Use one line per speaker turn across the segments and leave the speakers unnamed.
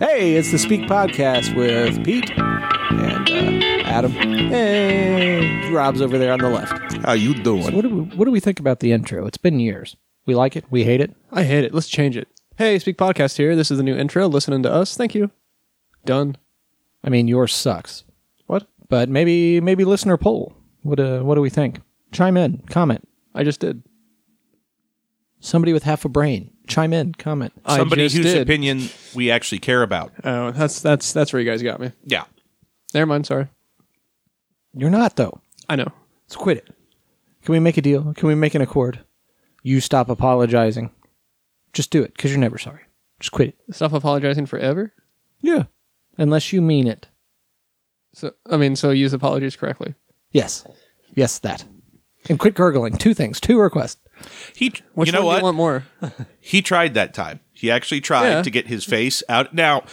Hey, it's the Speak Podcast with Pete and uh, Adam. Hey, Rob's over there on the left.
How you doing?
What do we What do we think about the intro? It's been years. We like it. We hate it.
I hate it. Let's change it. Hey, Speak Podcast here. This is the new intro. Listening to us. Thank you. Done.
I mean, yours sucks.
What?
But maybe maybe listener poll. What uh, What do we think? Chime in. Comment.
I just did.
Somebody with half a brain. Chime in. Comment.
Somebody
I just
whose
did.
opinion we actually care about.
Oh, that's that's that's where you guys got me.
Yeah.
Never mind. Sorry.
You're not though.
I know.
Let's quit it. Can we make a deal? Can we make an accord? You stop apologizing. Just do it, because you're never sorry. Just quit it.
Stop apologizing forever.
Yeah. Unless you mean it.
So I mean, so use apologies correctly.
Yes. Yes, that. And quit gurgling. Two things. Two requests.
He
Which
you know
one do
what?
you want more?
he tried that time. He actually tried
Yeah.
to get his face out. Now,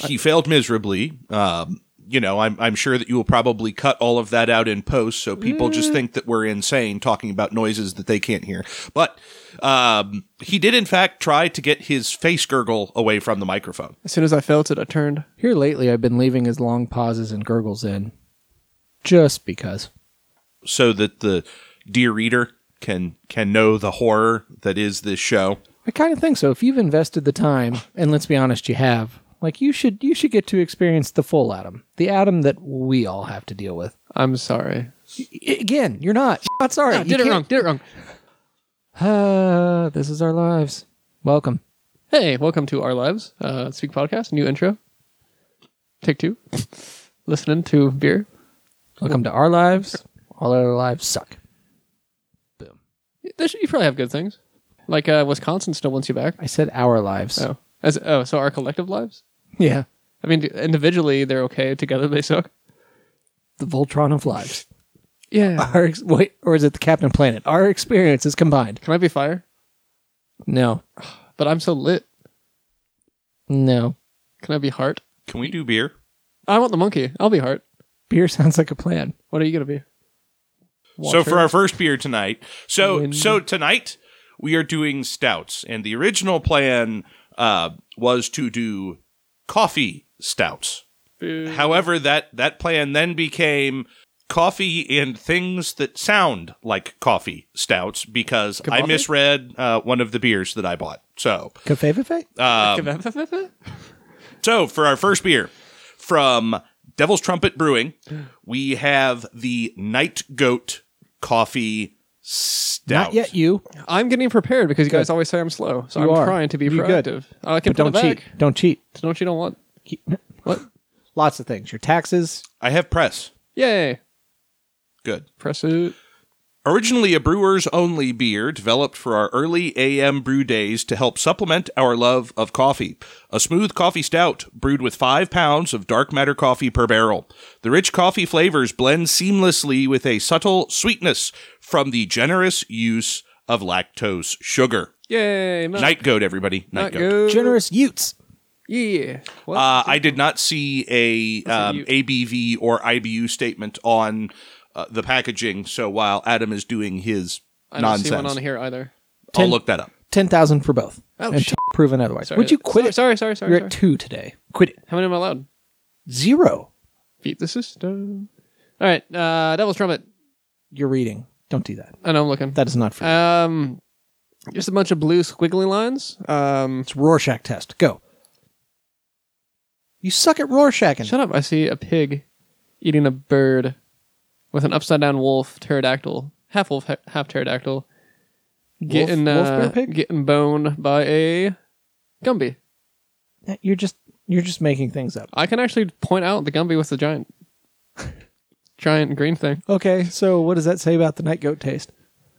he failed miserably. Um, you know, I'm, I'm sure that you will probably cut all of that out in post, so people just think that we're insane talking about noises that they can't hear. But um, he did, in fact, try to get his face gurgle away from the microphone.
As soon as I felt it, I turned.
Here lately, I've been leaving his long pauses and gurgles in. Just because.
so that the dear reader can can know the horror that is this show.
I kind of think so. If you've invested the time, and let's be honest, you have, like you should you should get to experience the full Adam. The Adam that we all have to deal with.
I'm sorry.
I- Again, you're not. Not sorry.
Ah,
You
did it
can't-
wrong. Did it wrong.
Ah, this is our lives. Welcome.
Hey, welcome to our lives. Uh, Speak Podcast. New intro. Take two. Listening to beer.
Welcome to our lives. All our lives suck.
There should- You probably have good things. Like uh, Wisconsin still wants you back.
I said our lives.
Oh, as oh, so our collective lives.
Yeah.
I mean, individually they're okay. Together they suck.
The Voltron of lives.
Yeah.
Our ex- wait, or is it the Captain Planet? Our experiences combined.
Can I be fire?
No.
But I'm so lit.
No.
Can I be heart?
Can we do beer?
I want the monkey. I'll be heart.
Beer sounds like a plan.
What are you gonna be?
So for our first beer tonight. So
Wind.
so tonight we are doing stouts, and the original plan uh, was to do coffee stouts.
Boo.
However, that that plan then became coffee and things that sound like coffee stouts because I
Kavafi?
misread uh, one of the beers that I bought. So
Cafe Fefe?
So, for our first beer from Devil's Trumpet Brewing, we have the Night Goat Coffee Stout.
Not yet you.
I'm getting prepared because you guys always say I'm slow, so
You
I'm
are.
trying to be
You're good.
proactive. Oh, I can
But
pull
don't
it
cheat.
back.
Don't cheat.
Don't you don't want?
He-
What?
Lots of things. Your taxes.
I have press.
Yay!
Good.
Press it.
Originally a brewer's only beer developed for our early AM brew days to help supplement our love of coffee. A smooth coffee stout brewed with five pounds of dark matter coffee per barrel. The rich coffee flavors blend seamlessly with a subtle sweetness from the generous use of lactose sugar.
Yay!
Night goat, everybody. Night
Not
goat.
good.
Generous Utes.
Yeah. What?
Uh, I did not see a um,
you-
ABV or IBU statement on uh, the packaging. So while Adam is doing his
I don't see one
nonsense,
on here either.
I'll look that up.
10,000 for both.
Oh,
and
shit.
proven otherwise.
Sorry.
Would you quit
Sorry,
it?
Sorry, sorry, sorry.
You're
sorry.
at two today. Quit it.
How many am I allowed?
Zero.
Beat the system. All right. Uh, Devil's Trumpet.
You're reading. Don't do that.
I know I'm looking.
That is not for you.
Um, just a bunch of blue squiggly lines. Um,
It's Rorschach test. Go. You suck at Rorschaching.
shut up! I see a pig eating a bird with an upside down wolf pterodactyl, half wolf, ha- half pterodactyl, getting
wolf
uh,
bear pig?
getting boned by a Gumby.
You're just you're just making things up.
I can actually point out the Gumby with the giant, giant green thing.
Okay, so what does that say about the night goat taste?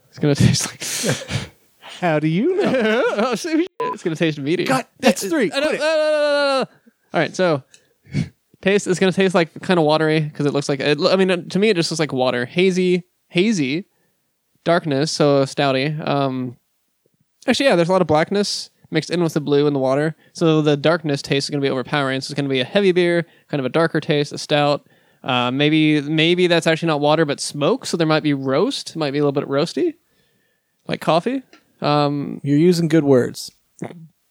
It's gonna taste like.
How do you know?
oh, shit, it's gonna taste meaty.
God, that's three.
I don't-
Quit it.
no, no, no, no, no. All right, so taste is going to taste like kind of watery because it looks like it, lo- I mean to me it just looks like water, hazy, hazy, darkness, so stouty. Um, actually, yeah, there's a lot of blackness mixed in with the blue and the water, so the darkness taste is going to be overpowering. So it's going to be a heavy beer, kind of a darker taste, a stout. Uh, maybe maybe that's actually not water but smoke, so there might be roast, might be a little bit roasty, like coffee.
You're using good words.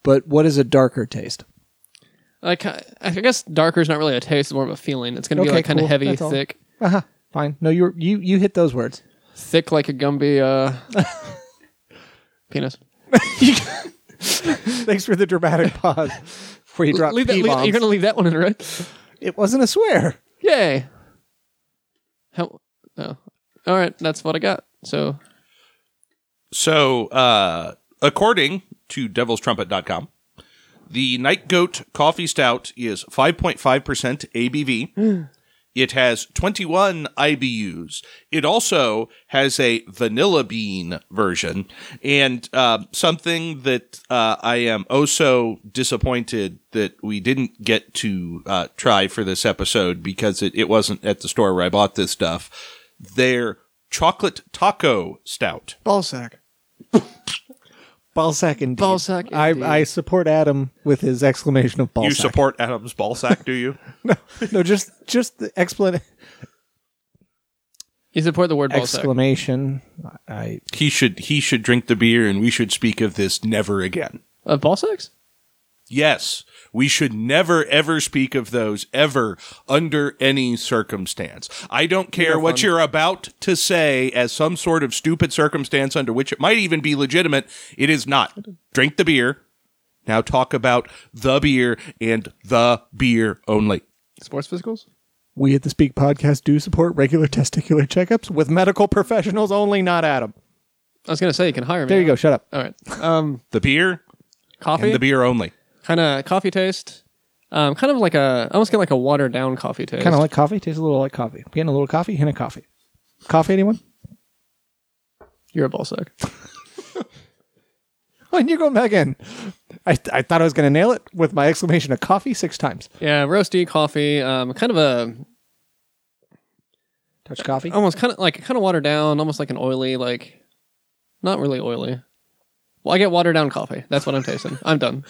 But what is a darker taste?
Like I I guess darker is not really a taste; it's more of a feeling. It's gonna be
Okay,
like kind of
cool.
heavy,
That's all.
thick,
Uh-huh. Fine. No, you you you hit those words.
thick like a Gumby uh, penis.
Thanks for the dramatic pause before you dropped
Leave that, leave,
P-bombs.
you're gonna leave that one in, right?
It wasn't a swear.
Yay! How? Oh, all right. That's what I got. So
So, uh, according to devilstrumpet.com, the Night Goat Coffee Stout is 5.5% ABV. it has 21 IBUs. It also has a vanilla bean version. And uh, something that uh, I am oh so disappointed that we didn't get to uh, try for this episode because it, it wasn't at the store where I bought this stuff. Their chocolate taco stout.
ballsack.
Ballsack indeed.
Ballsack
I,
indeed.
I support Adam with his exclamation of ballsack.
You support Adam's ball sack, do you?
no, just just the explan-
You support the word ballsack.
exclamation. I
he should he should drink the beer and we should speak of this never again.
Of ballsacks?
Yes, we should never ever speak of those ever under any circumstance. I don't care what you're about to say as some sort of stupid circumstance under which it might even be legitimate. It is not. Drink the beer. Now talk about the beer and the beer only.
Sports physicals?
we at the Speak podcast do support regular testicular checkups with medical professionals only, not Adam.
I was gonna say you can hire me.
There you go. Shut up.
All right. Um,
The beer
coffee.
and the beer only.
kind of coffee taste. Um, kind of like a, I almost get like a watered down coffee taste.
Kind of like coffee. Tastes a little like coffee. Getting a little coffee. Hint of coffee. Coffee, anyone?
you're a ballsack.
Oh, and you're going back in. I, I thought I was going to nail it with my exclamation of coffee six times.
yeah, roasty coffee. Um, kind of a,
Touch coffee.
almost kind of like kind of watered down, almost like an oily, like, not really oily. Well, I get watered down coffee. That's what I'm tasting. I'm done.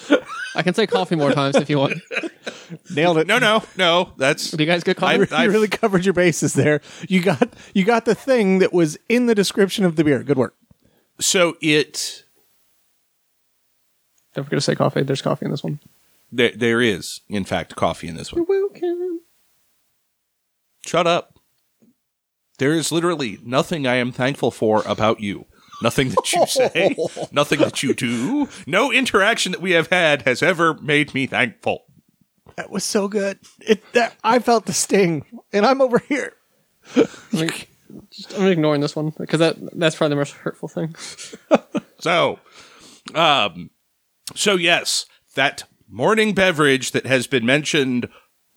I can say coffee more times if you want.
Nailed it.
No, no, no. That's
Do you guys get coffee?
I-
you really covered your bases there. You got you got the thing that was in the description of the beer. Good work.
so it
Don't forget to say coffee. There's coffee in this one.
There, there is, in fact, coffee in this one. Shut up. There is literally nothing I am thankful for about you. Nothing that you say, nothing that you do, no interaction that we have had has ever made me thankful.
That was so good. It that I felt the sting, and I'm over here.
I'm, like- just- I'm ignoring this one because that that's probably the most hurtful thing.
So, um, so yes, that morning beverage that has been mentioned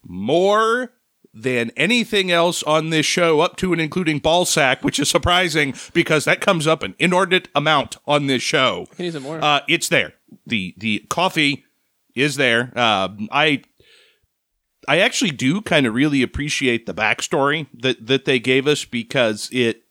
more than anything else on this show, up to and including ballsack, which is surprising because that comes up an inordinate amount on this show.
Can use it more.
Uh, it's there. The the coffee is there. Um, I I actually do kind of really appreciate the backstory that that they gave us because it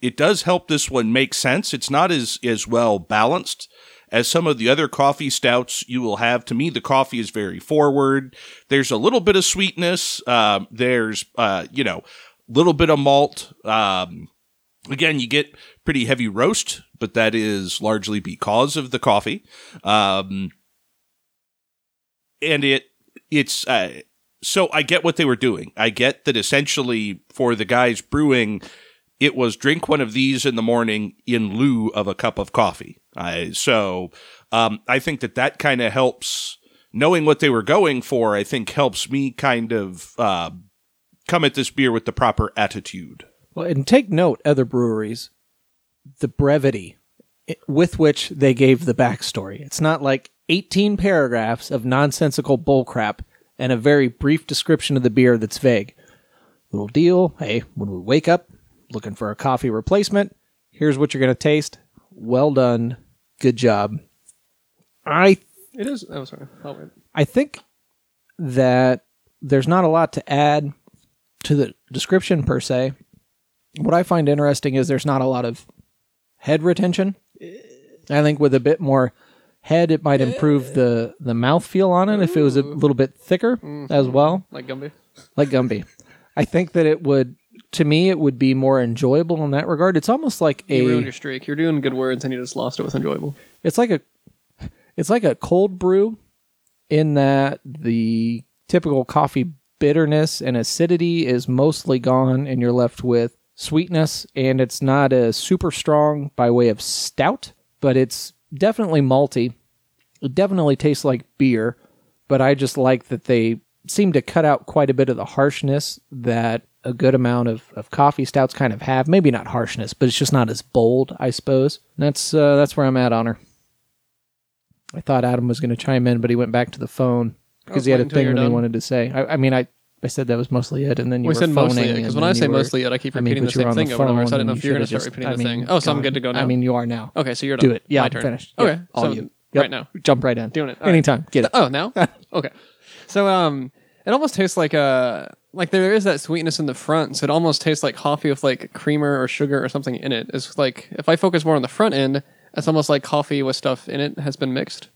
it does help this one make sense. It's not as as well balanced as some of the other coffee stouts you will have. To me, the coffee is very forward. There's a little bit of sweetness. Um, there's uh, you know, little bit of malt. Um, again, you get pretty heavy roast, but that is largely because of the coffee. Um, and it it's uh, so I get what they were doing. I get that essentially for the guys brewing, it was drink one of these in the morning in lieu of a cup of coffee. I so um, I think that that kind of helps. Knowing what they were going for, I think helps me kind of uh, come at this beer with the proper attitude.
Well, and take note, other breweries, the brevity i- with which they gave the backstory. It's not like 18 paragraphs of nonsensical bullcrap and a very brief description of the beer that's vague. Little deal. Hey, when we wake up looking for a coffee replacement, here's what you're going to taste. Well done. Good job. I
it is. Oh, sorry. I'll wait.
I think that there's not a lot to add to the description per se. What I find interesting is there's not a lot of head retention. I think with a bit more head, it might improve the the mouth feel on it if it was a little bit thicker
Mm-hmm.
as well
Like Gumby.
like Gumby. I think that it would, to me, it would be more enjoyable in that regard. It's almost like
You ruined
a,
your streak. You're doing good words and you just lost it with enjoyable.
it's like a, it's like a cold brew in that the typical coffee bitterness and acidity is mostly gone, and you're left with sweetness. And it's not as super strong by way of stout, but it's definitely malty. It definitely tastes like beer, but I just like that they seem to cut out quite a bit of the harshness that a good amount of, of coffee stouts kind of have. Maybe not harshness, but it's just not as bold, I suppose. And that's uh, that's where I'm at on her. I thought Adam was going to chime in, but he went back to the phone because
was
he had a
waiting till
thing
you were
that he
done.
wanted to say. I, I mean, I, I said that was mostly it, and then you
we
were
said
phoning
mostly it
and
because when
then
I say
you were-
mostly it, I keep
I mean,
repeating
but
the
you were
same
on the
thing over and over. So I
phone,
don't know if you're going to
should've
start
just-
repeating
I
the
mean,
thing. Oh, so I'm
go
good to go now.
I mean, you are now.
okay, so you're done.
Do it. Yeah,
my
I'm
turn.
finished.
Okay,
Yeah, all
so
you.
right now.
Jump right in.
Doing it. All right.
Anytime. Get it.
Oh, now? okay. So um it almost tastes like uh like there is that sweetness in the front, so it almost tastes like coffee with like creamer or sugar or something in it. It's like if I focus more on the front end, it's almost like coffee with stuff in it has been mixed.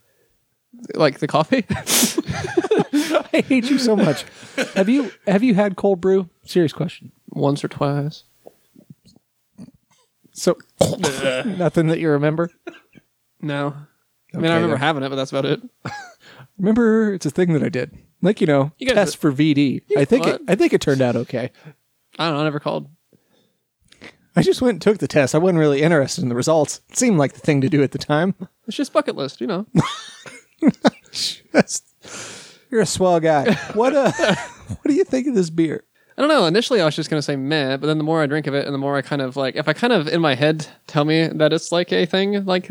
Like the coffee?
I hate you so much. have you have you had cold brew? Serious question.
Once or twice.
So nothing that you remember.
No. I mean
Okay,
I remember
then.
having it, but that's about it.
Remember, it's a thing that I did. Like you know,
You guys-
test for VD. I think it,
what?
I think it turned out okay.
I don't know, I never called.
I just went and took the test. I wasn't really interested in the results. It seemed like the thing to do at the time.
It's just bucket list, you know.
Just- you're a swell guy. What uh what do you think of this beer?
I don't know. Initially, I was just gonna say meh, but then the more I drink of it, and the more I kind of like, if I kind of in my head tell me that it's like a thing, like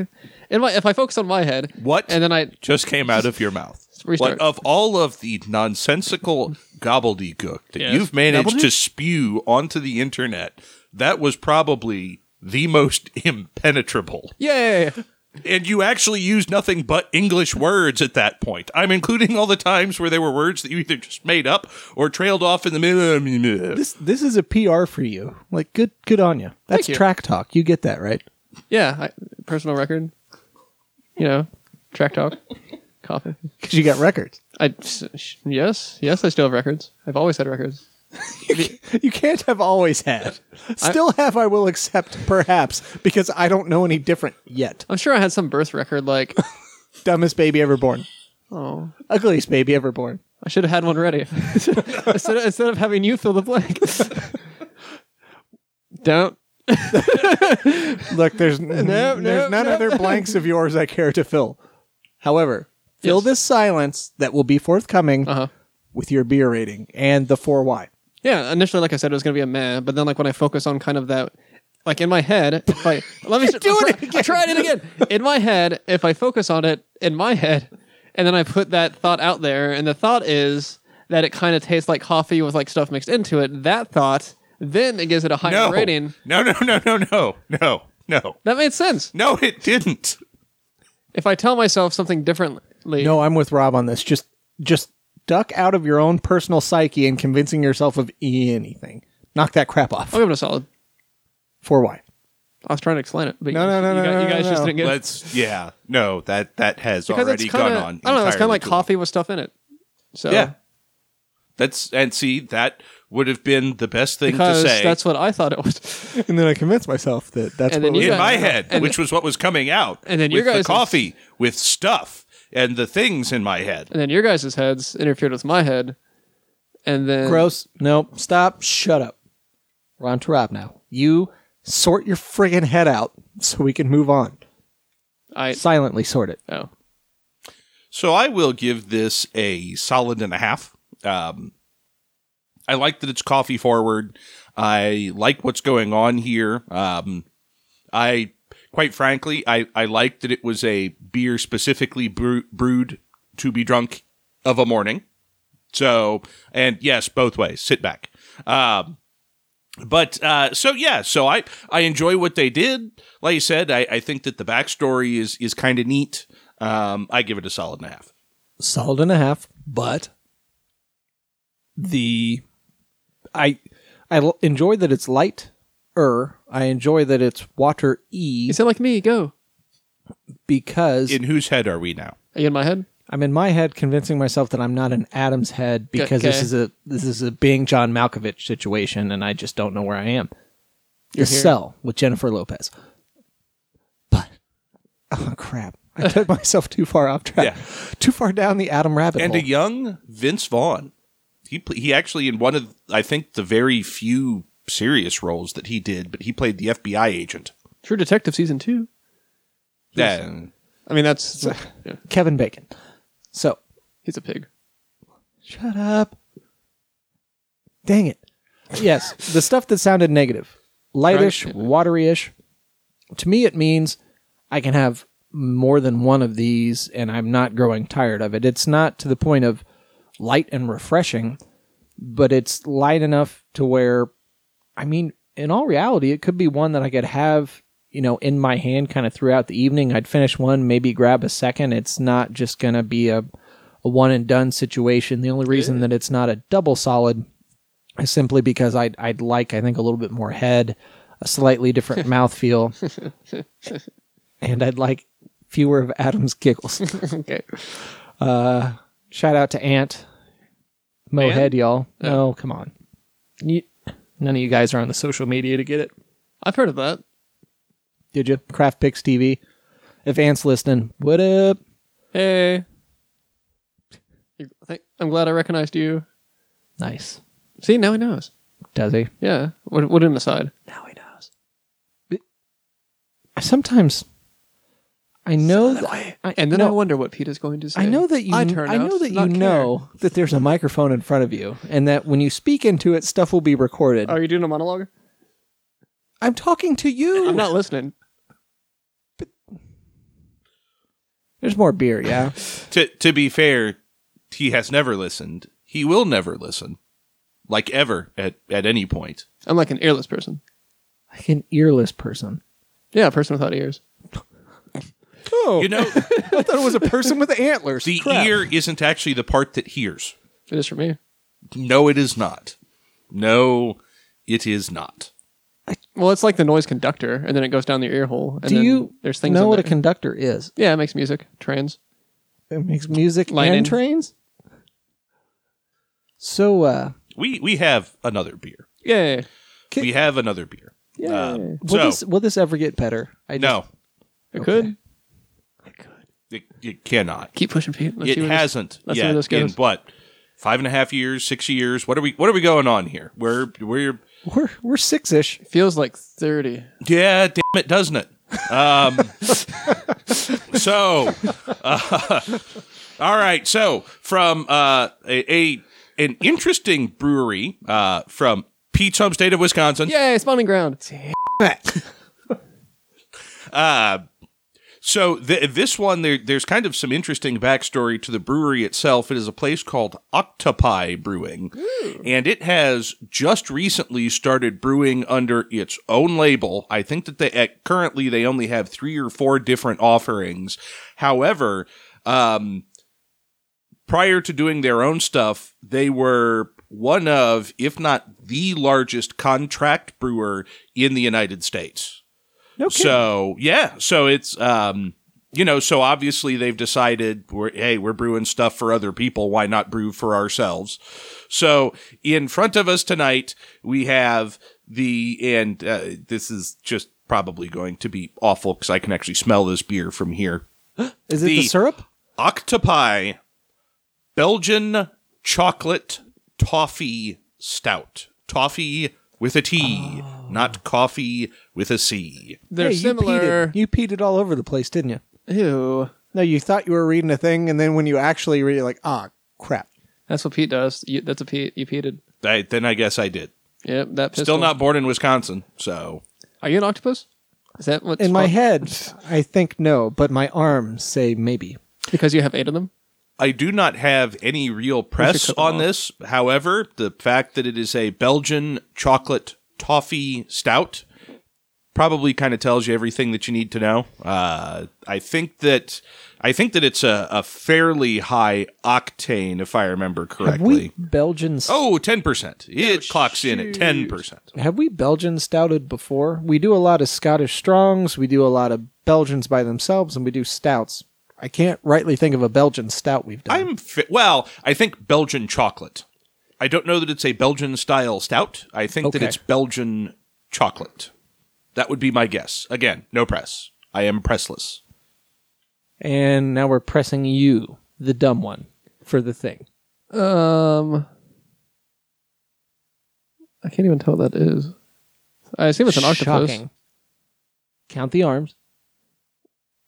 in my if I focus on my head,
What?
and then I
Just came out of your mouth.
Restart.
What of all of the nonsensical gobbledygook that
Yes.
you've managed to
Gobbledygook?
spew onto the internet, that was probably the most impenetrable.
yay,
And you actually used nothing but English words at that point. I'm including all the times where there were words that you either just made up or trailed off in the middle.
This this is a PR for you. Like good good on you. That's
Thank you.
track talk. You get that, right?
yeah, I, personal record, you know, track talk, coffee.
Cuz you got records.
I sh- yes, yes, I still have records. I've always had records.
You can't have always had. Still have I will accept perhaps because I don't know any different yet.
I'm sure I had some birth record. Like,
Dumbest baby ever born.
oh,
Ugliest baby ever born.
I should have had one ready instead of, instead of having you fill the blank. Don't
Look, there's n-
no,
there's none
no.
other blanks of yours I care to fill. However, fill
Yes.
this silence that will be forthcoming
Uh-huh.
with your beer rating and the 4Y.
Yeah, initially, like I said, it was gonna be a meh, but then like when I focus on kind of that, like in my head, if I let me You're
doing
try,
it again.
I tried it again. In my head, if I focus on it in my head, and then I put that thought out there, and the thought is that it kind of tastes like coffee with like stuff mixed into it. That thought, then it gives it a higher
no.
rating.
no, no, no, no, no, no, no,
That made sense.
no, it didn't.
If I tell myself something differently,
No, I'm with Rob on this. Just just duck out of your own personal psyche and convincing yourself of anything. Knock that crap off.
I'll give it a solid.
4Y.
I was trying to explain it, but
No, no,
you,
no,
you,
no,
guys-
no,
you guys
no,
just
no.
didn't get it.
Let's yeah. No, that that has
because
already
it's kind
gone
of
on.
I don't know. It's
entirely
kind of like
too long.
coffee with stuff in it. So
Yeah. That's and see that would have been the best thing to
because
say
that's what I thought it was.
And then I convince myself that that's
And then
what
you
in
Yeah,
my
yeah.
head,
And-
which was what was coming out.
and then you
with the
guys-
coffee with stuff and the things in my head.
and then your guys' heads interfered with my head, and then
Gross. Nope. Stop. Shut up. We're on to Rob now. You sort your friggin' head out so we can move on.
I
Silently sort it.
oh
So I will give this a solid and a half. Um, I like that it's coffee forward. I like what's going on here. Um, I, quite frankly, I, I like that it was a beer specifically brew, brewed to be drunk of a morning. So, and yes, both ways. Sit back. Um, but uh, so yeah, so I I enjoy what they did. Like you said, I, I think that the backstory is is kind of neat. Um, I give it a solid and a half.
solid and a half, but the I I l- enjoy that it's light. Er, I enjoy that it's water e
you sound like me. Go
because
In whose head are we now?
are you in my head?
I'm in my head convincing myself that I'm not in Adam's head because this
Okay.
is a this is a being John Malkovich situation, and I just don't know where I am. Your
here.
cell with Jennifer Lopez, but oh crap, I took myself too far off track.
Yeah.
Too far down the Adam rabbit
and
hole.
a young Vince Vaughn. He pl- he actually in one of I think the very few serious roles that he did, but he played the FBI agent.
True Detective season two.
Yeah,
I mean, that's yeah,
Kevin Bacon. So,
he's a pig.
shut up. Dang it. Yes, the stuff that sounded negative, lightish,
Right.
wateryish. To me, it means I can have more than one of these and I'm not growing tired of it. It's not to the point of light and refreshing, but it's light enough to where, I mean, in all reality, it could be one that I could have, you know, in my hand kind of throughout the evening. I'd finish one, maybe grab a second. It's not just going to be a, a one and done situation. The only reason that it's not a double solid is simply because I'd, I'd like, I think, a little bit more head, a slightly different mouthfeel, and I'd like fewer of Adam's giggles.
Okay.
Shout out to Ant.
Man?
Mohead, y'all. No, come on. You, none of you guys are on the social media to get it.
I've heard of that.
Did you? Craft Picks TV. If Ant's listening, what up?
Hey. I think- I'm glad I recognized you.
Nice.
See, now he knows.
Does he?
Yeah. What, what an aside.
Now he knows. I sometimes I know that I,
And then
no,
I wonder what Pete is going to say.
I know that you
I,
I,
turn out
know
to
that you
not care.
know that there's a microphone in front of you and that when you speak into it stuff will be recorded.
Are you Oh, doing a monologue?
I'm talking to you.
I'm not listening.
there's more beer, yeah.
to to be fair, he has never listened. He will never listen, like ever at at any point.
I'm like an earless person.
like an earless person.
Yeah, a person without ears.
Oh,
You know,
I thought it was a person with antlers.
the ear isn't actually the part that hears.
It is for me.
No, it is not. No, it is not.
Well, it's like the noise conductor, and then it goes down the ear hole. And
Do
then
you
There's things.
know
in
what a
there.
conductor is?
Yeah, it makes music. Trans.
It makes music
Line
and
in.
trains. So, uh,
We we have another beer.
Yeah.
Ki-
We have another beer.
Yeah.
Um,
will
so
this will this ever get better? I just-
no,
It
Okay.
could.
it, it cannot.
Keep pushing, Pete. Let's
it
see where this-
hasn't
let's see
yet.
where this
in
goes.
what five and a half years, six years? What are we? What are we going on here? We're we're
we're we're six ish.
feels like 30.
yeah, damn it, doesn't it? Um, so, uh, all right. So from uh, a, a an interesting brewery uh, from Pete's home state of Wisconsin.
Yay, spawning ground.
So th- this one, there, there's kind of some interesting backstory to the brewery itself. It is a place called Octopi Brewing, and it has just recently started brewing under its own label. I think that they at, currently they only have three or four different offerings. However, um, prior to doing their own stuff, they were one of, if not the largest contract brewer in the United States. So yeah, so it's um, you know, so obviously they've decided we're hey, we're brewing stuff for other people. Why not brew for ourselves? So in front of us tonight, we have the and uh, this is just probably going to be awful because I can actually smell this beer from here.
Is it the,
The-
syrup?
Octopi Belgian chocolate toffee stout. Toffee with a T, not coffee with a C.
They're
Hey, you
similar.
Peed it. you peed it all over the place, didn't you?
Ew.
No, you thought you were reading a thing, and then when you actually read, it, you're like, ah, crap.
That's what Pete does. You, that's a Pete. You peated.
I, then I guess I did.
Yep, that pistol.
Still not born in Wisconsin, so
Are you an octopus? Is that what?
In my head, I think no, but my arms say maybe.
because you have eight of them.
I do not have any real press
cut them
on
off.
this. However, the fact that it is a Belgian chocolate toffee stout probably kind of tells you everything that you need to know. Uh, I think that I think that it's a, a fairly high octane, if I remember
Have we
correctly.
Belgian?
Oh, 10%. It
Oh,
clocks in at 10%.
Have we Belgian stouted before? We do a lot of Scottish strongs, we do a lot of Belgians by themselves, and we do stouts. I can't rightly think of a Belgian stout we've done.
I'm fi- well. I think Belgian chocolate. I don't know that it's a Belgian style stout. I think that
Okay.
it's Belgian chocolate. That would be my guess. Again, no press. I am pressless.
And now we're pressing you, the dumb one, for the thing.
Um, I can't even tell what that is. I assume it's an octopus.
Shocking. Count the arms.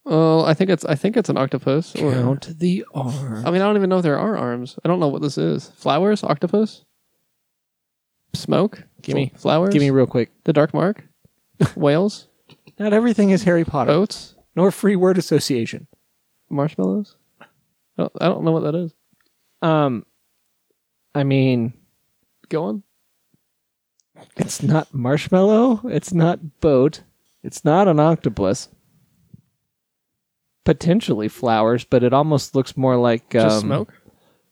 Oh, I think it's I think it's an octopus. or-
Count the arms.
I mean, I don't even know if there are arms. I don't know what this is. Flowers, octopus, smoke.
Give me-
Fl- flowers.
Give me real quick.
the dark mark. Whales,
Not everything is Harry Potter,
boats,
nor free word association.
marshmallows. I don't, I don't know what that is.
Um, I mean,
Go on.
it's not marshmallow. It's not boat. It's not an octopus. Potentially flowers, but it almost looks more like um,
Just smoke.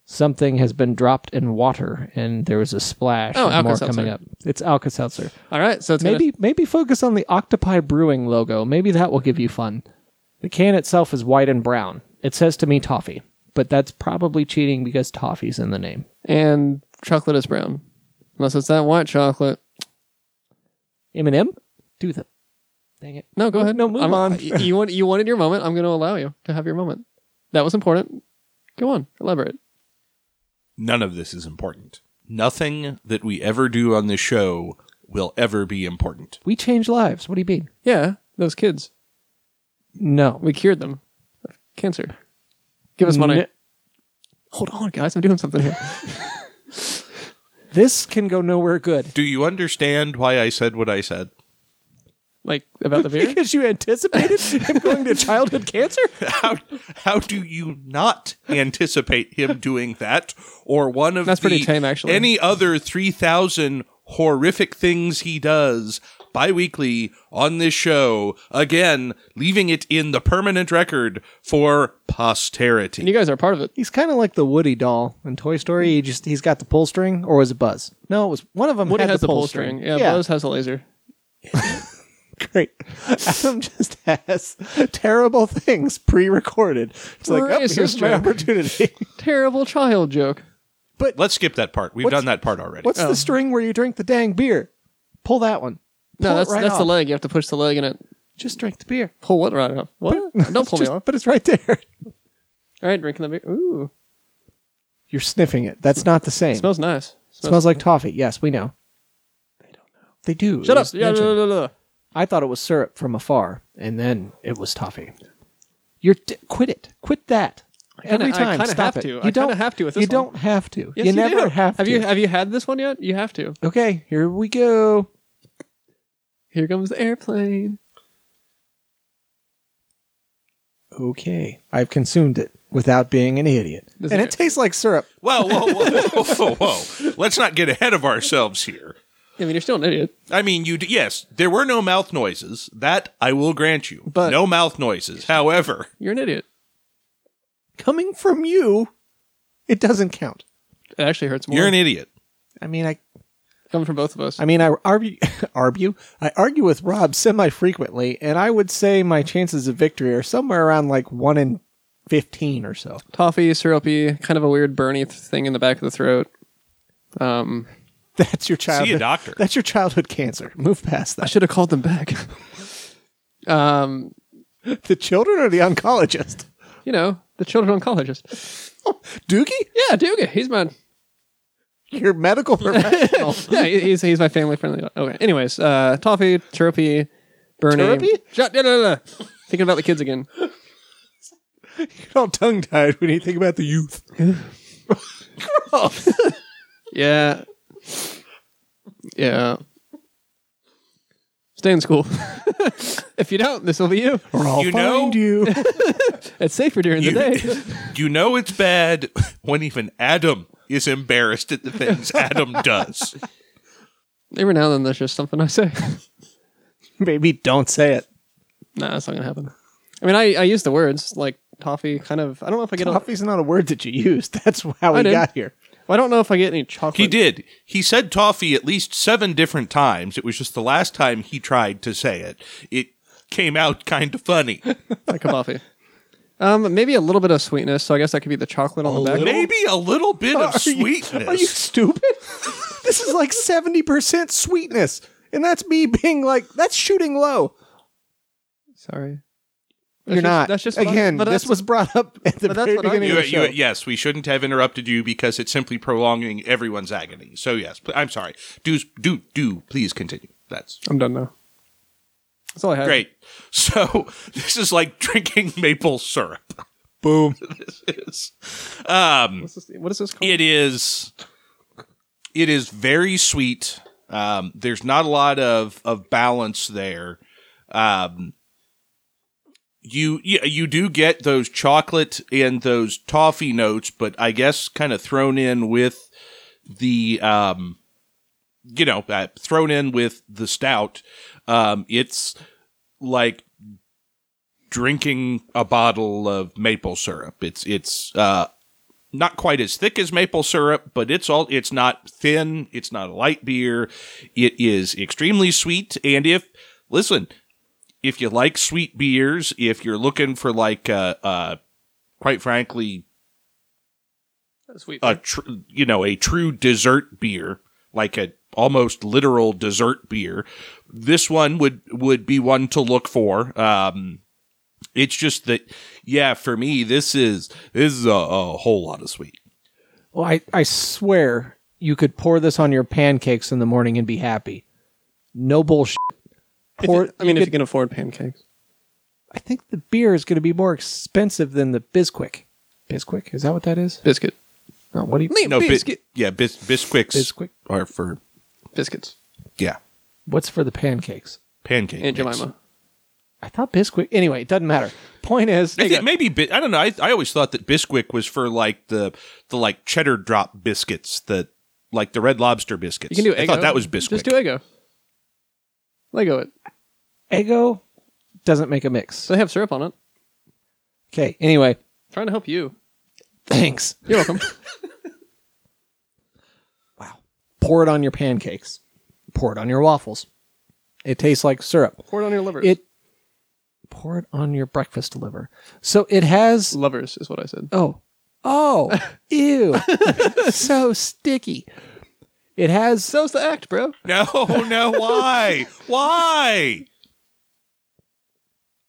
something has been dropped in water and there was a splash
Oh,
and more
Alka-Seltzer.
coming up. It's Alka Seltzer.
All right, so it's gonna-
Maybe maybe focus on the Octopi Brewing logo. Maybe that will give you fun. The can itself is white and brown. It says to me toffee, but that's probably cheating because toffee's in the name.
and chocolate is brown, unless it's that white chocolate.
M&M? Do the Dang it.
No, go ahead.
no, move
I'm-
on.
y- you want you wanted your moment. I'm going to allow you to have your moment. That was important. Go on, elaborate.
None of this is important. Nothing that we ever do on this show will ever be important.
We change lives. What do you mean?
Yeah, those kids.
No.
We cured them of cancer. Give us money.
N-
Hold on, guys. I'm doing something here.
This can go nowhere good.
Do you understand why I said what I said?
like about the beer.
Because you anticipated him going to childhood cancer?
How, how do you not anticipate him doing that or one of
That's
the,
pretty tame, actually.
any other 3,000 horrific things he does bi-weekly on this show again leaving it in the permanent record for posterity
And you guys are part of it.
He's kind of like the Woody doll in Toy Story. He just he's got the pull string, or was it Buzz? No, it was one of them.
Woody
had
has
the
the pull string. Yeah, Bose has a laser.
great. Adam just has terrible things pre-recorded. It's like, oh, here's
Racist
my
joke.
opportunity.
Terrible child joke.
let's skip that part we've done that part already
Oh.
What's the string where you drink the dang beer? Pull that one.
No,
Pull it
that's
right
that's the
off.
leg. You have to push the leg and it
Just drink the beer.
pull what right off. What? Don't
It's
pull
just-
me off.
But it's right there.
All right, drinking the beer. Ooh,
You're sniffing it. That's not the same.
smells nice.
It smells like toffee. Yes, we know. They do. It
Shut up.
was
Yeah,
mentioned.
no, no, no, no.
I thought it was syrup from afar, and then it was toffee. You're t- quit it. Quit that.
kinda-
Every
I
time,
kinda
stop
have
it.
to. I
You
kinda
don't
have to with
You
this one.
don't have to.
Yes,
you, never
do.
have, to.
you have you had this one yet? You have to.
okay, here we go.
Here comes the airplane.
Okay, I've consumed it without being an idiot,
This
and
is
it tastes like syrup.
Whoa, whoa, whoa, whoa, whoa, whoa. Let's not get ahead of ourselves here.
I mean, you're still an idiot.
I mean, you, d- yes, there were no mouth noises. That I will grant you.
But-
no mouth noises. However,
You're an idiot.
Coming from you, it doesn't count.
It actually hurts more.
you're an idiot.
I mean, I,
Coming from both of us.
I mean, I argue, argue, I argue with Rob semi-frequently, and I would say my chances of victory are somewhere around like one in fifteen or so.
Toffee, syrupy, kind of a weird burny th- thing in the back of the throat. Um,
That's your childhood.
doctor.
That's your childhood cancer. Move past
I
that.
should have called them back. um,
The children or the oncologist? Oh,
you know, the children oncologist.
Doogie?
Yeah, Duga. He's my
Your medical professional.
yeah. he- He's he's my family friendly. doc- Okay. Anyways, uh, toffee, syrupy, burny.
Syrupy?
Shut- no, no, no, no. Thinking about the kids again.
You're all tongue tied when you think about the youth.
Yeah. Yeah. Stay in school. if you don't, this will be you.
Or I'll
You
find
know-
you.
It's safer during the
You,
day.
you know it's bad when even Adam is embarrassed at the things Adam does.
Every now and then, there's just something I say.
Maybe don't say it.
nah, that's not gonna happen. I mean, I, I use the words like toffee. Kind of. I don't know if I get. A,
Toffee's not a word that you used. That's how we
did.
got here.
I don't know if I get any chocolate.
He did. He said toffee at least seven different times. It was just the last time he tried to say it. It came out kind of funny.
like a coffee. Um, maybe a little bit of sweetness. So I guess that could be the chocolate on the back.
Maybe a little bit of
Are you-
sweetness.
are you stupid? this is like 70% sweetness. And that's me being like, that's shooting low.
Sorry. just-
not.
That's just
Again,
But
this
that's-
was brought up at the
but that's
very
what I'm-
beginning
You,
of the show.
you, yes, we shouldn't have interrupted you because it's simply prolonging everyone's agony. So yes, pl- I'm sorry. Do do do please continue. That's
I'm done now. That's all I have.
great. So this is like drinking maple syrup.
Boom.
It's- um,
What's this- What is this called?
it is it is very sweet. Um, there's not a lot of of balance there. Um, you you you do get those chocolate and those toffee notes, but I guess kind of thrown in with the um, you know uh, thrown in with the stout. Um, it's like drinking a bottle of maple syrup. It's it's uh, not quite as thick as maple syrup, but it's all it's not thin, it's not a light beer. It is extremely sweet and if listen, if you like sweet beers, if you're looking for like uh uh quite frankly
Sweet.
a tr- you know a true dessert beer like a almost literal dessert beer this one would would be one to look for um it's just that yeah for me this is this is a, a whole lot of sweet
Well, I, I swear you could pour this on your pancakes in the morning and be happy. No bullshit. Pour,
I mean,
you
if you
could-
can afford pancakes.
I think the beer is going to be more expensive than the Bisquick. Bisquick? Is that what that is?
Biscuit.
No, what do you
no bi-
biscuit.
yeah bis- bisquicks
Bisquick?
are for
Biscuits.
yeah
What's for the pancakes?
pancake
Aunt
mix.
Jemima.
I thought Bisquick. Anyway, it doesn't matter. Point is,
I think maybe bi- I don't know. I, I always thought that Bisquick was for like the the like cheddar drop biscuits, the like the Red Lobster biscuits.
You can do Eggo.
I thought that was Bisquick.
Just do Eggo. Lego it.
Eggo doesn't make a mix.
So they have syrup on it.
Okay, anyway,
Trying to help you.
thanks.
You're welcome.
Pour it on your pancakes. Pour it on your waffles. It tastes like syrup.
Pour it on your lovers.
It pour it on your breakfast liver. So it has
lovers is what I said.
Oh. Oh. ew. so sticky. It has
So's the act, bro.
No, no, why? why?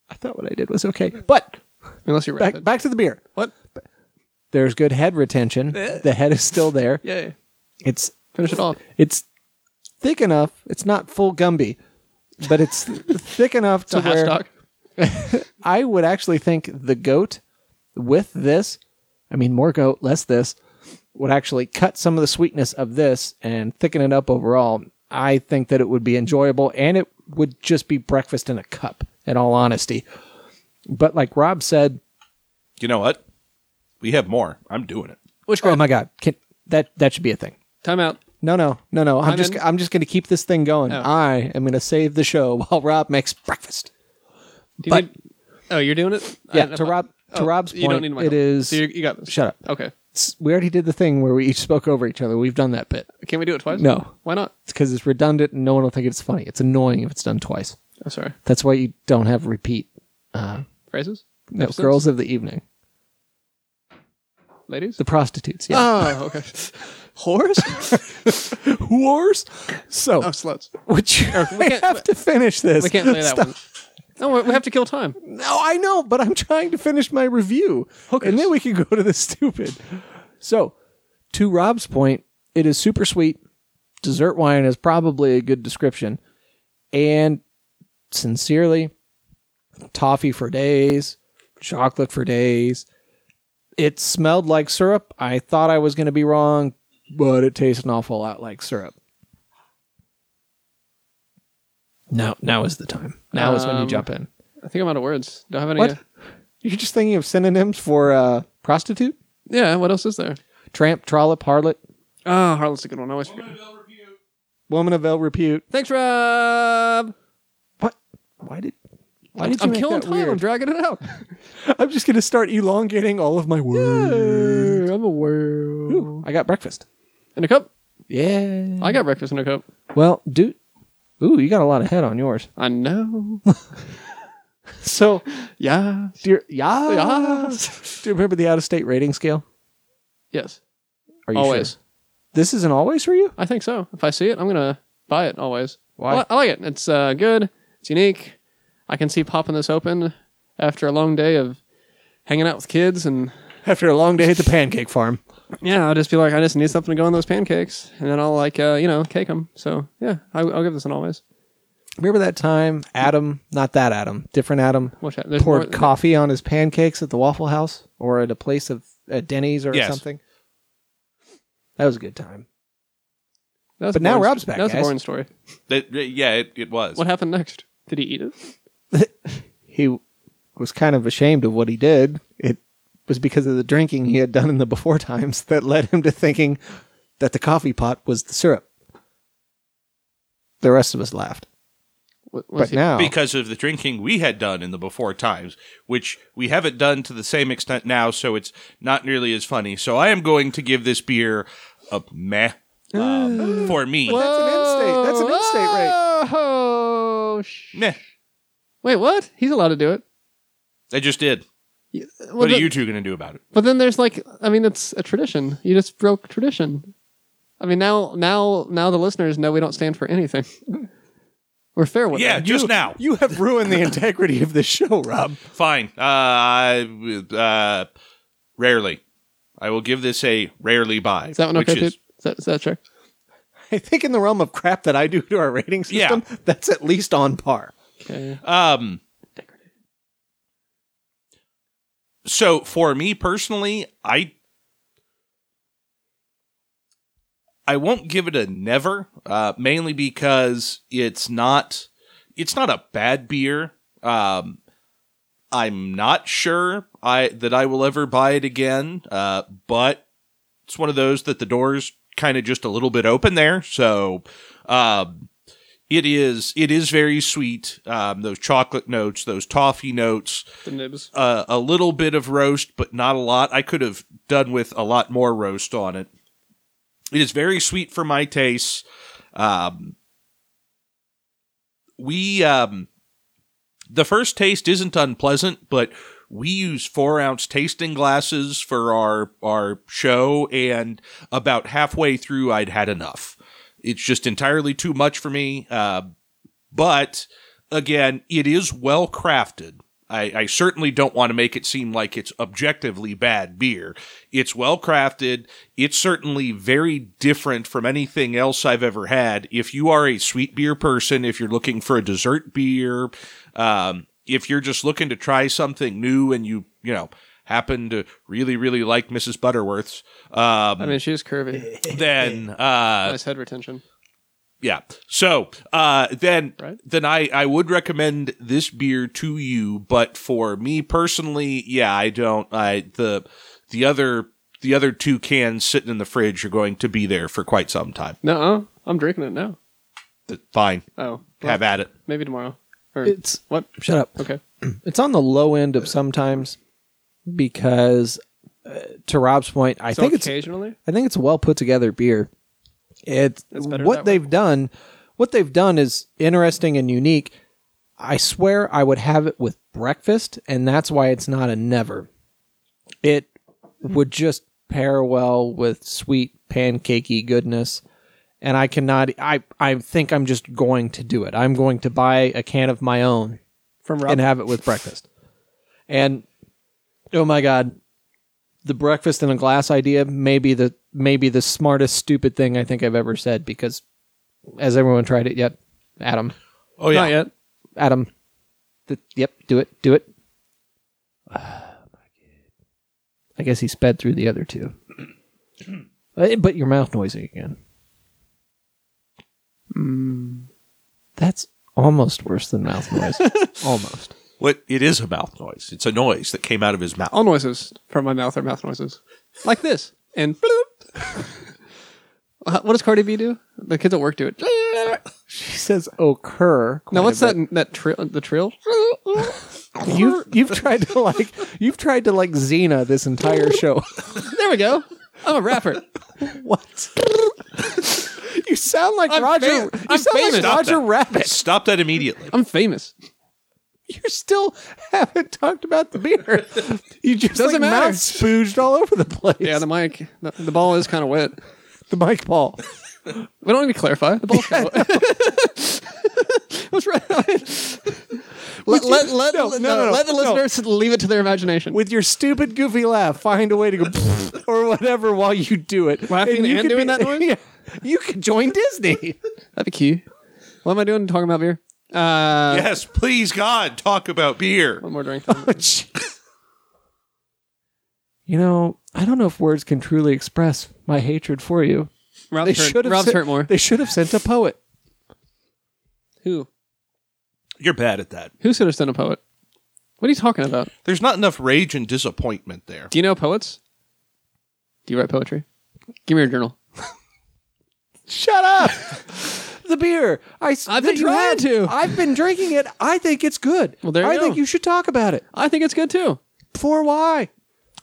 I thought what I did was okay. But
Unless you're
back
rapid.
back to the beer.
What?
There's good head retention. The head is still there.
Yay.
It's
Finish it off.
it's thick enough. It's not full Gumby, but it's thick enough
It's a
to
hot
where
stock.
I would actually think the goat with this, I mean more goat, less this, would actually cut some of the sweetness of this and thicken it up overall. I think that it would be enjoyable and it would just be breakfast in a cup, in all honesty. But like Rob said,
You know what? We have more. I'm doing it.
Which
oh my god, can, that that should be a thing.
Time out.
No, no, no, no. I'm just
in?
I'm just going to keep this thing going.
Oh.
I am going to save the show while Rob makes breakfast.
Do you
But-
need- oh, you're doing it? I
Yeah,
don't know
to
if I-
Rob to
oh,
Rob's
you don't
point,
need my
it
help.
is
So you you got this.
shut up.
Okay.
It's- We already did the thing where we each spoke over each other. We've done that bit.
Can we do it twice?
No.
Why not?
It's because it's redundant and no one will think it's funny. It's annoying if it's done twice.
I'm Oh, sorry.
That's why you don't have repeat.
Phrases?
No,
Episodes?
girls of the evening,
Ladies?
the prostitutes. Yeah,
Oh, okay. Whores?
whores. So
oh, sluts.
which we
can't-
have to finish this.
We can't play that one. No, we- we have to kill time.
No, I know, but I'm trying to finish my review. And then we can go to the stupid. So, to Rob's point, it is super sweet. Dessert wine is probably a good description. And sincerely, toffee for days, chocolate for days. It smelled like syrup. I thought I was going to be wrong, but it tastes an awful lot like syrup. Now, now is the time. Now is when you
Um,
jump in.
I think I'm out of words. Don't have any. uh,
What? You're just thinking of synonyms for uh, prostitute,
Yeah, what else is there?
tramp, trollop, harlot,
Oh, Harlan's a good one. I always forget.
woman of ill repute.
Thanks, Rob.
What? Why did? Why
I'm,
did you
I'm
make
killing
that
time. I'm
weird?
dragging it out.
I'm just gonna start elongating all of my words.
I'm a world.
Ooh, I got breakfast.
In a cup?
Yeah.
I got breakfast in a cup.
Well, dude. Ooh, you got a lot of head on yours.
I know.
So,
yeah.
dear, yeah,
Yes.
Do you remember the out-of-state rating scale?
Yes.
Are you
Always.
sure? This isn't always for you.
I think so. If I see it, I'm gonna buy it always.
Why?
I, I like it. It's uh, good. It's unique. I can see popping this open after a long day of hanging out with kids and
After a long day at the pancake farm.
yeah, I'll just be like, I just need something to go on those pancakes, and then I'll like, uh, you know, cake them. So yeah, I, I'll give this an always.
Remember that time Adam, not that Adam, different Adam,
Watch out, there's
poured
more-
coffee on his pancakes at the Waffle House or at a place of at Denny's or
Yes.
something? That was a good time.
That was
But
a
now
boring-
Rob's back,
That was
guys.
a boring story.
That- yeah, it, it was.
What happened next? Did he eat it?
He was kind of ashamed of what he did. It was because of the drinking he had done in the before times that led him to thinking that the coffee pot was the syrup. The rest of us laughed.
Wa- Was
But
he,
now,
Because of the drinking we had done in the before times, which we haven't done to the same extent now, so it's not nearly as funny. So I am going to give this beer a meh um, for me.
that's an in-state. That's an in-state rate.
Oh, sh-
Meh.
wait, what? He's allowed to do it.
I just did.
Y- well,
What are
the-
you two going to do about it?
But then there's like, I mean, it's a tradition. You just broke tradition. I mean, now, now, now the listeners know we don't stand for anything. We're fair with
Yeah,
them.
just now.
You have ruined the integrity of this show, Rob.
Fine. Uh, I, uh, rarely. I will give this a rarely buy.
Is that one
which
okay,
is-
dude? Is that, is that true?
I think in the realm of crap that I do to our rating system, that's at least on par.
Okay.
Um, so for me personally, I I won't give it a never, uh, mainly because it's not it's not a bad beer. Um, I'm not sure I that I will ever buy it again, uh, but it's one of those that the doors kind of just a little bit open there, so. Um, it is it is very sweet um, those chocolate notes those toffee notes
The nibs.
uh, a little bit of roast but not a lot i could have done with a lot more roast on it it is very sweet for my tastes um, we um, the first taste isn't unpleasant but we use four ounce tasting glasses for our our show and about halfway through i'd had enough it's just entirely too much for me uh, but again, it is well crafted. I, I certainly don't want to make it seem like it's objectively bad beer. It's well crafted. It's certainly very different from anything else I've ever had. If you are a sweet beer person, if you're looking for a dessert beer, um, if you're just looking to try something new and you, you know, happen to really, really like Mrs. Butterworth's, um,
I mean, she's curvy.
then, uh,
nice head retention.
yeah. So uh, then,
Right.
then I I would recommend this beer to you, but for me personally, yeah, I don't. I the the other the other two cans sitting in the fridge are going to be there for quite some time.
No, I'm drinking it now.
Th- Fine,
Oh, well,
have at it.
maybe tomorrow. Or
It's
what?
shut up.
Okay.
It's on the low end of sometimes because, uh, to Rob's point, I
So
think it's
occasionally.
I think it's a well put together beer. It's
That's better that
what
way.
they've done. What they've done is interesting and unique. I swear I would have it with breakfast, and that's why it's not a never. It would just pair well with sweet pancakey goodness, and I cannot. I I think I'm just going to do it. I'm going to buy a can of my own
From Rob.
and have it with breakfast. And oh my god, the breakfast in a glass idea may be the maybe the smartest stupid thing I think I've ever said because has everyone tried it yet? Adam,
Oh
Not yet.
Adam, the, yep, do it, do it. I guess he sped through the other two. Uh, But your mouth noisy again. Hmm, That's almost worse than mouth noise. almost.
What it is a mouth noise. It's a noise that came out of his mouth.
All noises from my mouth are mouth noises, like this and. bloop. Uh, what does Cardi B do? The kids at work do it.
She says occur.
Now, what's that? That trill? The trill?
You've you've tried to like you've tried to like Xena this entire show.
There we go. I'm a rapper.
what? you sound like
I'm
Roger.
fam-
you
I'm
sound
famous.
like Roger
Stop that.
Rabbit.
Stop that immediately.
I'm famous.
You still haven't talked about the beer. You just
Doesn't
like,
matter.
mouth spooged all over the place.
Yeah, the mic. The, the ball is kind of wet.
the Mike Paul.
We don't need to clarify. The ball's kind of wet. What's right? Let, let, let,
No,
no,
no, no, no,
let the
no.
listeners leave it to their imagination.
with your stupid goofy laugh, find a way to go or whatever while you do it.
Laughing
you
and
could
doing that noise?
Yeah, you could join Disney.
That'd be cute. What am I doing talking about beer? Uh,
yes, please God, talk about beer.
One more drink.
you know, I don't know if words can truly express my hatred for you. They
Rob's,
should
hurt.
have
Rob's
sent-
hurt more.
They should have sent a poet.
Who?
You're bad at that.
Who should have sent a poet? What are you talking about?
There's not enough rage and disappointment there.
Do you know poets? Do you write poetry? Give me your journal.
Shut up. the beer. I,
I've
that
been
you
trying
had.
to.
I've been drinking it. I think it's good.
Well, there you
I
go.
think you should talk about it.
I think it's good too.
For why?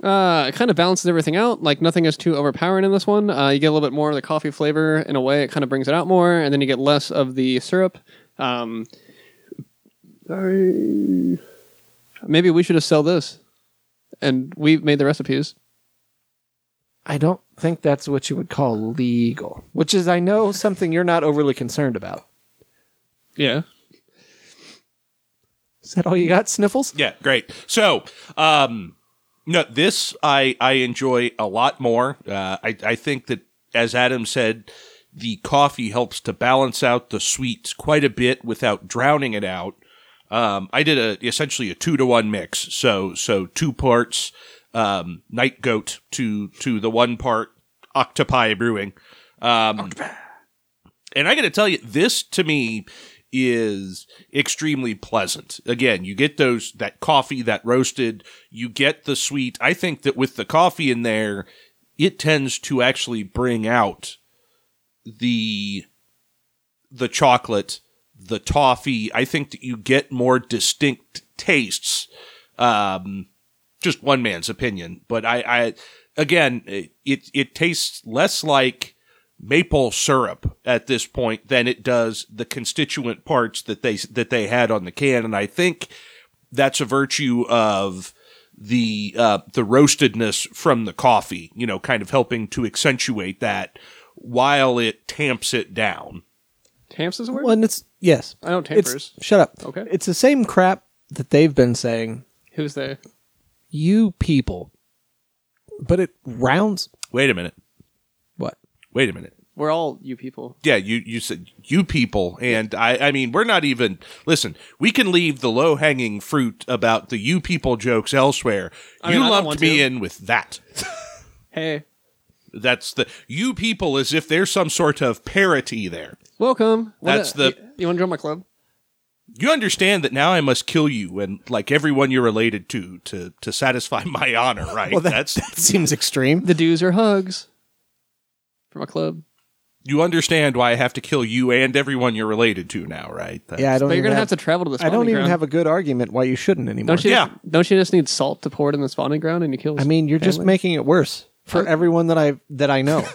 Uh, it kind of balances everything out. Like nothing is too overpowering in this one. Uh, you get a little bit more of the coffee flavor in a way. It kind of brings it out more, and then you get less of the syrup. Um, sorry. Maybe we should just sell this, and we've made the recipes.
I don't think that's what you would call legal, which is, I know, something you're not overly concerned about.
Yeah.
Is that all you got, Sniffles?
Yeah, great. So, um, no, this I I enjoy a lot more. Uh, I I think that as Adam said, the coffee helps to balance out the sweets quite a bit without drowning it out. Um, I did a essentially a two to one mix, so so two parts um, night goat to to the one part octopi brewing. Um, and I got to tell you, this to me is extremely pleasant. Again, you get those that coffee, that roasted, you get the sweet. I think that with the coffee in there, it tends to actually bring out the the chocolate, the toffee. I think that you get more distinct tastes. Um, just one man's opinion, but I, I again, it it tastes less like maple syrup at this point than it does the constituent parts that they that they had on the can, and I think that's a virtue of the uh, the roastedness from the coffee. You know, kind of helping to accentuate that while it tamps it down.
Tamps is a word.
Well, and it's, yes.
I don't
It's-
tampers.
shut up.
Okay.
It's the same crap that they've been saying,
Who's there?
you people. But it rounds
Wait a minute.
what?
Wait a minute.
We're all you people.
Yeah, you you said you people, and I I mean we're not even listen. We can leave the low hanging fruit about the you people jokes elsewhere.
mean, I
you
don't
lumped
want
me
to.
in with that.
Hey,
That's the you people as if there's some sort of parity there.
welcome.
That's the-
You, want to join my club?
You understand that now I must kill you and like everyone you're related to to to satisfy my honor, right?
Well, that-
that's
That seems extreme.
The dues are hugs from a club.
you understand why I have to kill you and everyone you're related to now, right? That's-
Yeah, I don't
But you're
even
gonna
have,
have, to travel to the.
I don't
spawning
even
ground.
have a good argument why you shouldn't anymore.
Don't you?
Yeah.
Just, don't you just need salt to pour it in the spawning ground and you kill?
I mean, you're just
family?
making it worse for everyone that I that I know.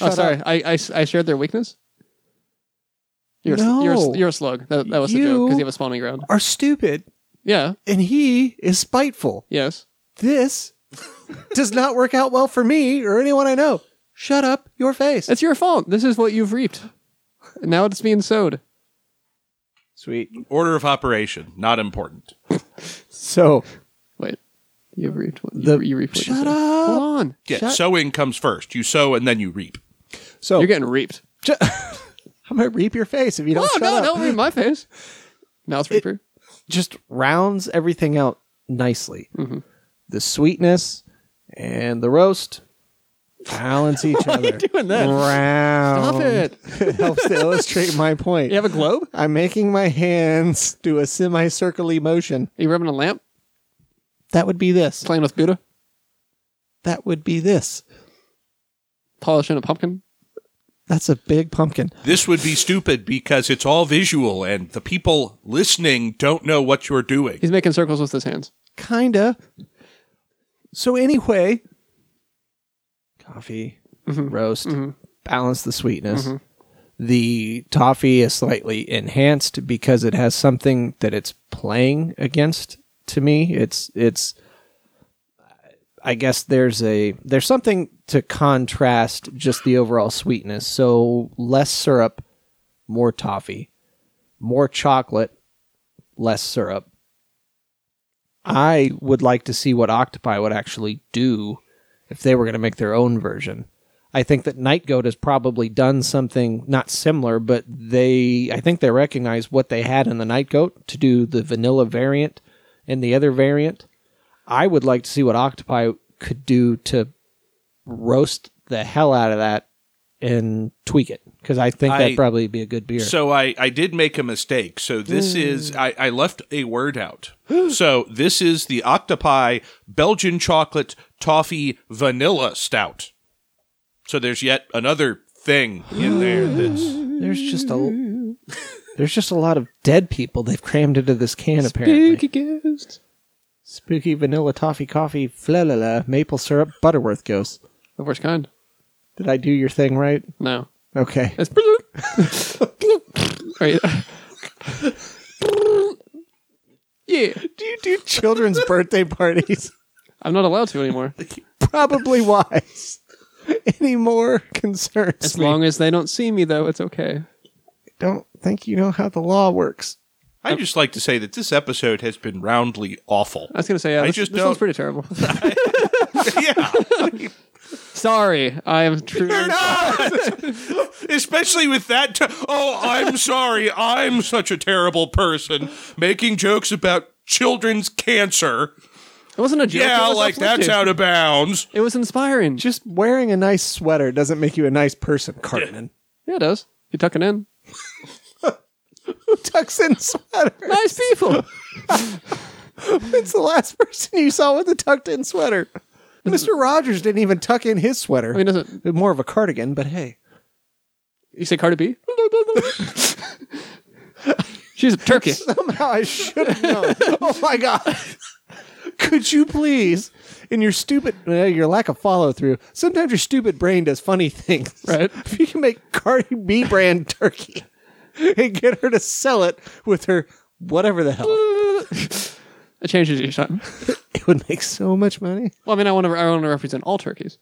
Oh, sorry. I, I s- I shared their weakness. You're, a sl-
No.
you're, a, sl- you're a slug. That, that was the joke
You-
because you have a spawning ground.
Are stupid,
Yeah.
and he is spiteful.
Yes.
This does not work out well for me or anyone I know. Shut up your face.
It's your fault. This is what you've reaped. And now it's being sowed.
Sweet.
Order of operation, not important.
So
Wait. You've reaped. What, you,
The-
you reaped what you
Shut
sowed.
up.
Hold on.
Yeah,
Shut-
sowing comes first. You sow and then you reap.
so
You're getting reaped.
ju- I'm gonna reap your face if you don't
Oh,
shut
no,
up.
don't reap my face. Now it's reaper.
Just rounds everything out nicely.
Mm-hmm.
The sweetness and the roast balance each other.
doing that?
Round.
Stop it.
it helps to illustrate my point.
You have a globe?
I'm making my hands do a semicircly motion.
Are you rubbing a lamp?
That would be this.
Playing with Buddha?
That would be this.
Polishing a pumpkin?
That's a big pumpkin.
This would be stupid because it's all visual and the people listening don't know what you're doing.
He's making circles with his hands.
Kinda. So anyway, coffee, roast, balance the sweetness. The toffee is slightly enhanced because it has something that it's playing against to me. It's it's I guess there's a there's something to contrast just the overall sweetness. So less syrup, more toffee. More chocolate, less syrup. I would like to see what Octopi would actually do if they were going to make their own version. I think that Night Goat has probably done something not similar, but they I think they recognize what they had in the Night Goat to do the vanilla variant and the other variant. I would like to see what Octopi could do to roast the hell out of that and tweak it because I think
I-
that'd probably be a good beer.
So I, I did make a mistake. So this is I, I left a word out. so this is the octopi Belgian chocolate toffee vanilla stout. So there's yet another thing in there that's
There's just a there's just a lot of dead people they've crammed into this can apparently.
Spooky ghost.
Spooky vanilla toffee coffee flalala maple syrup Butterworth ghost.
The worst kind.
Did I do your thing right?
No.
Okay.
It's. Right. yeah.
Do you do children's birthday parties?
I'm not allowed to anymore.
Probably wise. Any more concerns?
As
me.
long as they don't see me, though, it's okay.
Don't think you know how the law works.
I just like to say that this episode has been roundly awful.
I was gonna say, yeah,
I
this,
just
this one's
don't-
pretty terrible.
yeah.
Sorry, I am true.
Especially with that. t- oh, I'm sorry. I'm such a terrible person making jokes about children's cancer.
It wasn't a joke.
Yeah,
it was
like that's
uplifting.
out of bounds.
It was inspiring.
Just wearing a nice sweater doesn't make you a nice person, Cartman.
yeah, it does. You're tucking in.
Who tucks in sweater?
Nice people.
It's the last person you saw with a tucked in sweater. Mr. Rogers didn't even tuck in his sweater.
I mean, doesn't
More of a cardigan, but hey.
you say Cardi B? She's a turkey.
Somehow I should have known. oh my god! Could you please, in your stupid, uh, your lack of follow through, sometimes your stupid brain does funny things.
Right.
If you can make Cardi B brand turkey and get her to sell it with her whatever the hell,
It changes each time.
it would make so much money.
Well, I mean, I want to. I want to represent all turkeys.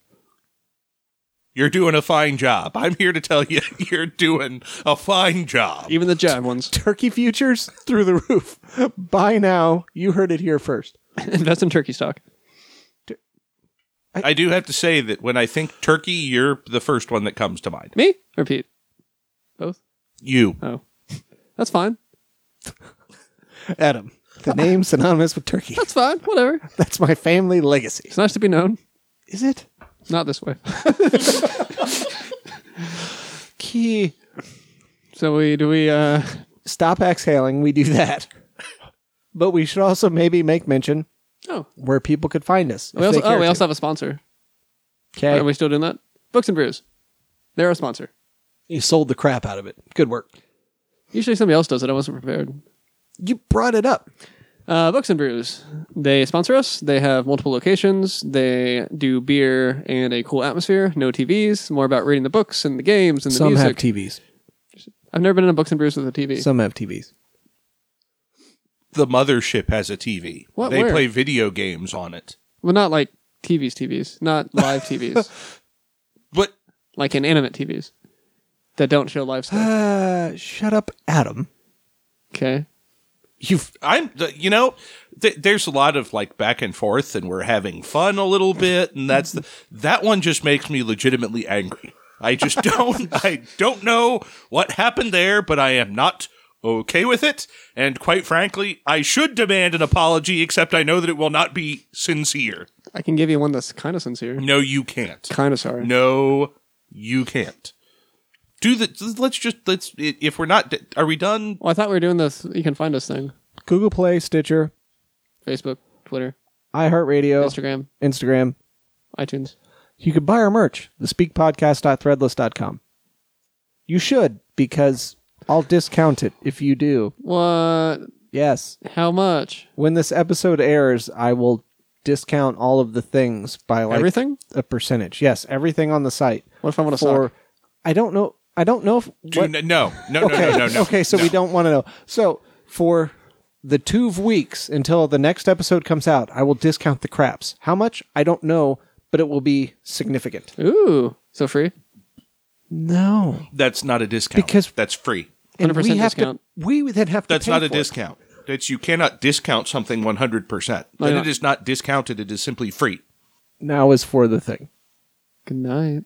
You're doing a fine job. I'm here to tell you, you're doing a fine job.
Even the jab ones.
Turkey futures through the roof. Buy now. You heard it here first.
Invest in turkey stock.
I do have to say that when I think turkey, you're the first one that comes to mind.
Me? Repeat. Both?
You.
Oh. That's fine.
Adam, the name synonymous with turkey.
That's fine. Whatever.
That's my family legacy.
It's nice to be known.
Is it?
Not this way.
Key.
So we do we uh
stop exhaling. We do that. But we should also maybe make mention
Oh.
where people could find us. if
We also,
they
oh,
care
we
to.
also have a sponsor.
okay.
Are we still doing that? Books and Brews. They're a sponsor.
you sold the crap out of it. Good work.
Usually somebody else does it. I wasn't prepared.
You brought it up.
Uh, Books and Brews. They sponsor us. They have multiple locations. They do beer and a cool atmosphere. No TVs. More about reading the books and the games and the
Some have
music.
TVs.
I've never been in a Books and Brews with a TV.
Some have TVs.
The mothership has a TV.
What?
They
Where?
play video games on it.
well, not like TVs, TVs. Not live TVs.
But
like inanimate TVs that don't show live stuff.
Uh, shut up, Adam.
Okay.
you've i'm th- you know th- there's a lot of like back and forth and we're having fun a little bit and that's the, that one just makes me legitimately angry i just don't i don't know what happened there but i am not okay with it and quite frankly i should demand an apology except i know that it will not be sincere
I can give you one that's kind of sincere.
no you can't
Kind of sorry.
no you can't do the let's just let's i- if we're not are we done
Well, I thought we were doing this. You can find us thing.
Google Play, Stitcher,
Facebook, Twitter,
iHeartRadio,
Instagram,
Instagram.
iTunes.
You could buy our merch, thespeakpodcast.threadless.com. You should, because I'll discount it if you do.
What?
Yes.
How much?
when this episode airs, I will discount all of the things by like
Everything?
a percentage. Yes, everything on the site.
What if I want to
For
sock?
I don't know. I don't know if
do
what-
n- no no no no no no
okay, so we don't want to know. So for the two weeks until the next episode comes out, I will discount the craps. How much? I don't know, but it will be significant.
Ooh, so free.
No,
That's not a discount.
Because-
that's free.
and
100%
we have
discount.
to. We then have to.
That's
pay
not a
for it.
discount. It's you cannot discount something 100%.
No,
Then
no.
it is not discounted, it is simply free.
Now is for the thing.
Good night.